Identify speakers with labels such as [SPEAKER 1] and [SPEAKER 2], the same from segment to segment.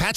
[SPEAKER 1] Matt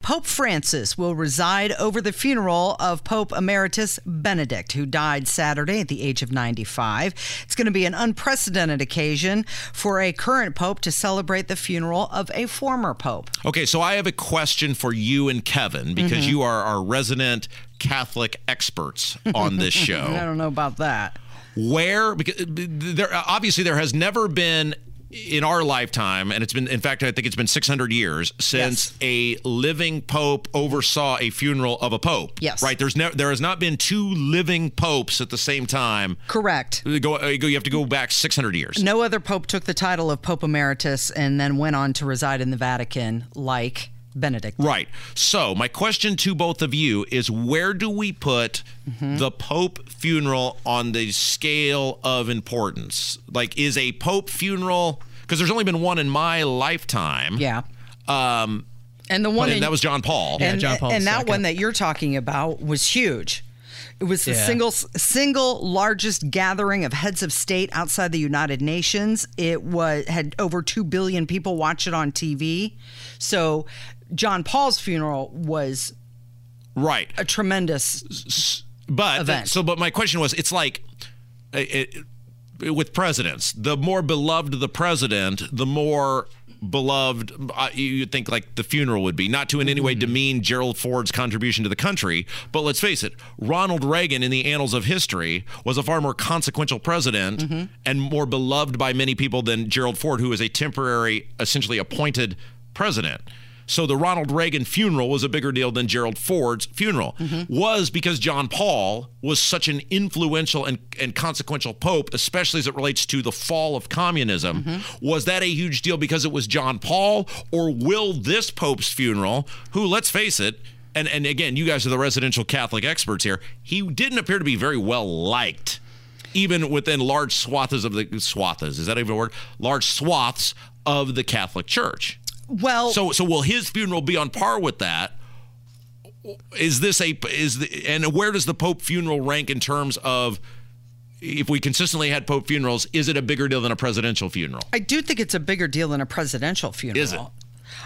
[SPEAKER 2] Pope Francis will reside over the funeral of Pope Emeritus Benedict, who died Saturday at the age of 95. It's going to be an unprecedented occasion for a current pope to celebrate the funeral of a former pope.
[SPEAKER 3] Okay, so I have a question for you and Kevin because you are our resident Catholic experts on this
[SPEAKER 2] I
[SPEAKER 3] show.
[SPEAKER 2] don't know about that.
[SPEAKER 3] Where because uh, there obviously there has never been in our lifetime and it's been in fact I think it's been 600 years since a living pope oversaw a funeral of a pope.
[SPEAKER 2] Yes.
[SPEAKER 3] Right, there's never there has not been two living popes at the same time.
[SPEAKER 2] Correct.
[SPEAKER 3] Go, uh, go you have to go back 600 years.
[SPEAKER 2] No other pope took the title of Pope Emeritus and then went on to reside in the Vatican like Benedict.
[SPEAKER 3] Right. So, my question to both of you is where do we put
[SPEAKER 2] Mm-hmm.
[SPEAKER 3] the Pope funeral on the scale of importance? Like, is a Pope funeral, because there's only been one in my lifetime.
[SPEAKER 2] Yeah.
[SPEAKER 3] Um,
[SPEAKER 2] And the one
[SPEAKER 3] and
[SPEAKER 2] in,
[SPEAKER 3] that was John Paul.
[SPEAKER 2] and,
[SPEAKER 4] John Paul
[SPEAKER 2] and that
[SPEAKER 4] II.
[SPEAKER 2] one that you're talking about was huge. It was the
[SPEAKER 4] Yeah.
[SPEAKER 2] single single largest gathering of heads of state outside the United Nations. It was had over 2 billion people watch it on TV. So John Paul's funeral was
[SPEAKER 3] Right.
[SPEAKER 2] a tremendous
[SPEAKER 3] But uh,
[SPEAKER 2] event.
[SPEAKER 3] so, but my question was, it's like uh, it, it, with presidents, the more beloved the president, the more beloved uh, you- you'd think like the funeral would be. Not to in any way demean Gerald Ford's contribution to the country, but let's face it, Ronald Reagan in the annals of history was a far more consequential president and more beloved by many people than Gerald Ford, who was a temporary, essentially appointed president. So the Ronald Reagan funeral was a bigger deal than Gerald Ford's funeral. Was because John Paul was such an influential and, and consequential pope, especially as it relates to the fall of communism. Was that a huge deal because it was John Paul, or will this pope's funeral, who, let's face it, and, and again, you guys are the residential Catholic experts here, he didn't appear to be very well liked. Even within large swaths of the swaths, is that even a word? Large swaths of the Catholic Church.
[SPEAKER 2] well
[SPEAKER 3] So so will his funeral be on par with that? Is this a is the, and where does the Pope funeral rank in terms of if we consistently had Pope funerals, is it a bigger deal than a presidential funeral?
[SPEAKER 2] I do think it's a bigger deal than a presidential funeral.
[SPEAKER 3] Is it?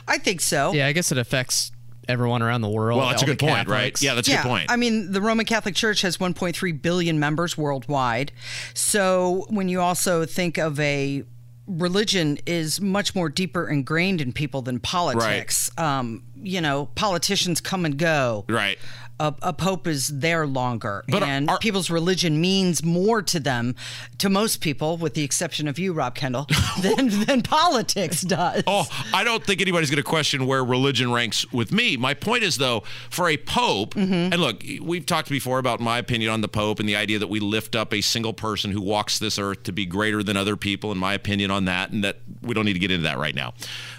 [SPEAKER 2] I think so.
[SPEAKER 4] Yeah, I guess it affects everyone around the world.
[SPEAKER 3] Well, that's a
[SPEAKER 4] all
[SPEAKER 3] good
[SPEAKER 4] the
[SPEAKER 3] point, right?
[SPEAKER 4] Catholics.
[SPEAKER 3] Yeah, that's a
[SPEAKER 2] yeah,
[SPEAKER 3] good point.
[SPEAKER 2] I mean, the Roman Catholic Church has 1.3 billion members worldwide. So when you also think of a religion is much more deeper ingrained in people than politics. Um, you know, politicians come and go.
[SPEAKER 3] right.
[SPEAKER 2] A, a pope is there longer,
[SPEAKER 3] But
[SPEAKER 2] and
[SPEAKER 3] are-
[SPEAKER 2] people's religion means more to them, to most people, with the exception of you, Rob Kendall, than, than politics does.
[SPEAKER 3] Oh, I don't think anybody's going to question where religion ranks with me. My point is, though, for a pope,
[SPEAKER 2] Mm-hmm.
[SPEAKER 3] and look, we've talked before about my opinion on the pope and the idea that we lift up a single person who walks this earth to be greater than other people, and my opinion on that, and that we don't need to get into that right now.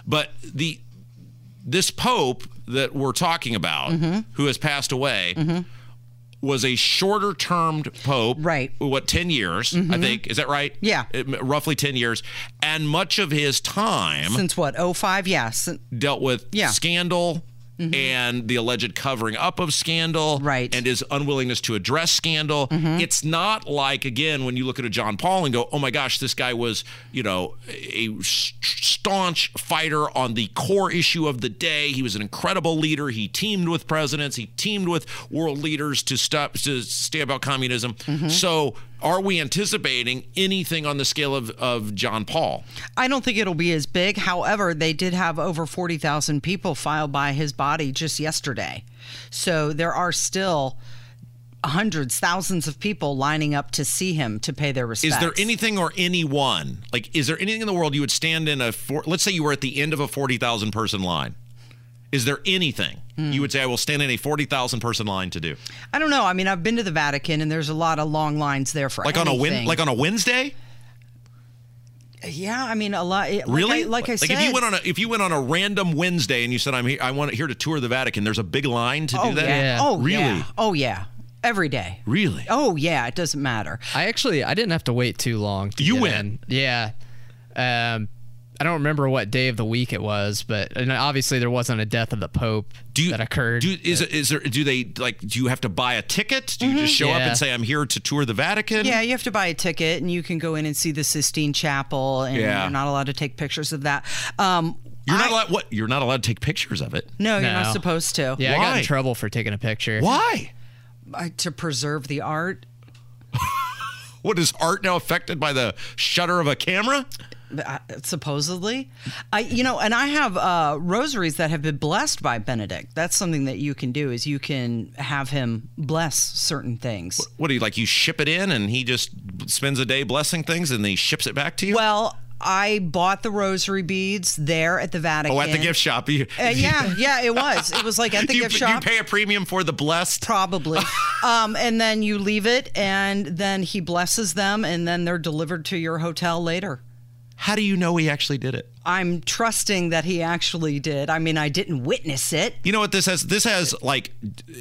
[SPEAKER 3] But the this pope that we're talking about,
[SPEAKER 2] Mm-hmm.
[SPEAKER 3] who has passed away. Was a shorter termed pope,
[SPEAKER 2] Right. Mm-hmm.
[SPEAKER 3] What ten years? I think is that right?
[SPEAKER 2] Yeah.
[SPEAKER 3] Uh, roughly ten years, and much of his time
[SPEAKER 2] Since what? 05? Yeah. sin-
[SPEAKER 3] dealt with
[SPEAKER 2] Yeah. Mm-hmm.
[SPEAKER 3] scandal and the alleged covering up of scandal
[SPEAKER 2] Right. Mm-hmm.
[SPEAKER 3] and his unwillingness to address scandal. It's not like, again, when you look at a John Paul and go, oh my gosh, this guy was, you know, a st- staunch fighter on the core issue of the day. He was an incredible leader. He teamed with presidents, he teamed with world leaders to stop to stay about communism.
[SPEAKER 2] Mm-hmm.
[SPEAKER 3] So are we anticipating anything on the scale of, of John Paul?
[SPEAKER 2] I don't think it'll be as big. However, they did have over 40,000 people file by his body just yesterday. So there are still hundreds, thousands of people lining up to see him to pay their respects.
[SPEAKER 3] Is there anything or anyone like? Is there anything in the world you would stand in a? For, let's say you were at the end of a forty thousand person line. Is there anything you would say I will stand in a forty thousand person line to do?
[SPEAKER 2] I don't know. I mean, I've been to the Vatican and there's a lot of long lines there for
[SPEAKER 3] Like on a win,
[SPEAKER 2] anything.
[SPEAKER 3] like on a Wednesday?
[SPEAKER 2] yeah. I mean, a lot. it-
[SPEAKER 3] Really?
[SPEAKER 2] Like I, like I said,
[SPEAKER 3] if you went on a if you went on a random Wednesday and you said I'm here, I want here to tour the Vatican. There's a big line to
[SPEAKER 2] oh
[SPEAKER 3] do that.
[SPEAKER 2] yeah. oh
[SPEAKER 3] really,
[SPEAKER 2] yeah, oh yeah, every day.
[SPEAKER 3] really.
[SPEAKER 2] Oh yeah, it doesn't matter.
[SPEAKER 4] I actually I didn't have to wait too long. to
[SPEAKER 3] You
[SPEAKER 4] get
[SPEAKER 3] went.
[SPEAKER 4] in. Yeah. Um, I I don't remember what day of the week it was, but and obviously there wasn't a death of the Pope
[SPEAKER 3] do you,
[SPEAKER 4] that occurred.
[SPEAKER 3] Do, is, it- is there, do they like? Do you have to buy a ticket? Do you just show up
[SPEAKER 4] Yeah.
[SPEAKER 3] and say I'm here to tour the Vatican?
[SPEAKER 2] Mm-hmm. Yeah, you have to buy a ticket, and you can go in and see the Sistine Chapel, and
[SPEAKER 3] Yeah.
[SPEAKER 2] you're not allowed to take pictures of that. Um,
[SPEAKER 3] You're not
[SPEAKER 2] I-
[SPEAKER 3] allowed. What? You're not allowed to take pictures of it.
[SPEAKER 2] No, you're not
[SPEAKER 4] No.
[SPEAKER 2] supposed to.
[SPEAKER 4] yeah, I got
[SPEAKER 3] Why?
[SPEAKER 4] in trouble for taking a picture.
[SPEAKER 3] Why?
[SPEAKER 2] Uh, to preserve the art.
[SPEAKER 3] What is art now affected by the shutter of a camera?
[SPEAKER 2] uh, supposedly i you know and i have uh rosaries that have been blessed by benedict that's something that you can do is you can have him bless certain things
[SPEAKER 3] What do you like? You ship it in, and he just spends a day blessing things, and then he ships it back to you.
[SPEAKER 2] well i bought the rosary beads there at the vatican
[SPEAKER 3] oh, at the gift shop. You,
[SPEAKER 2] Uh, yeah yeah it was it was like at the
[SPEAKER 3] you,
[SPEAKER 2] gift
[SPEAKER 3] you
[SPEAKER 2] shop
[SPEAKER 3] pay a premium for the blessed.
[SPEAKER 2] probably um and then you leave it and then he blesses them and then they're delivered to your hotel later
[SPEAKER 3] How do you know he actually did it?
[SPEAKER 2] i'm trusting that he actually did i mean i didn't witness it
[SPEAKER 3] You know what this has? This has like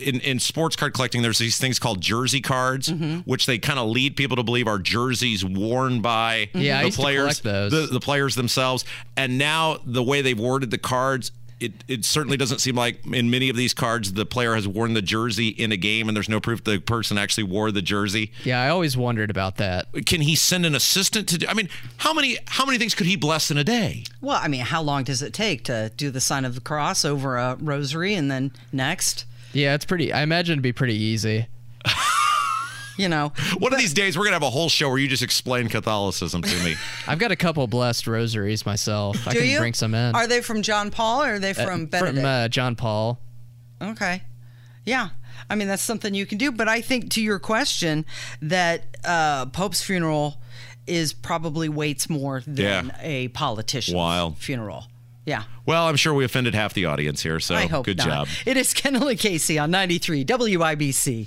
[SPEAKER 3] in, in sports card collecting, there's these things called jersey cards,
[SPEAKER 4] Mm-hmm.
[SPEAKER 3] which they kind of lead people to believe are jerseys worn by
[SPEAKER 4] Mm-hmm. Yeah, I
[SPEAKER 3] the
[SPEAKER 4] used to
[SPEAKER 3] players,
[SPEAKER 4] collect those.
[SPEAKER 3] The, the players themselves. And now the way they've worded the cards, it, it certainly doesn't seem like in many of these cards the player has worn the jersey in a game, and there's no proof the person actually wore the jersey.
[SPEAKER 4] Yeah, I always wondered about that.
[SPEAKER 3] Can he send an assistant to do? I mean, how many how many things could he bless in a day?
[SPEAKER 2] Well, I mean, how long does it take to do the sign of the cross over a rosary and then next?
[SPEAKER 4] Yeah, it's pretty. I imagine it'd be pretty easy.
[SPEAKER 2] You know,
[SPEAKER 3] One of these days, we're gonna have a whole show where you just explain Catholicism to me.
[SPEAKER 4] I've got a couple blessed rosaries myself. I
[SPEAKER 2] do
[SPEAKER 4] can
[SPEAKER 2] you
[SPEAKER 4] bring some in
[SPEAKER 2] Are they from John Paul or are they from Benedict?
[SPEAKER 4] from uh, John Paul.
[SPEAKER 2] okay, yeah. I mean, that's something you can do. But I think to your question that uh, Pope's funeral is probably weights more than
[SPEAKER 3] Yeah.
[SPEAKER 2] a politician's
[SPEAKER 3] Wild.
[SPEAKER 2] funeral. Yeah,
[SPEAKER 3] Well, I'm sure we Oh, offended half the audience here, so
[SPEAKER 2] I hope
[SPEAKER 3] good
[SPEAKER 2] not.
[SPEAKER 3] job.
[SPEAKER 2] It is Kennelly Casey on 93 WIBC.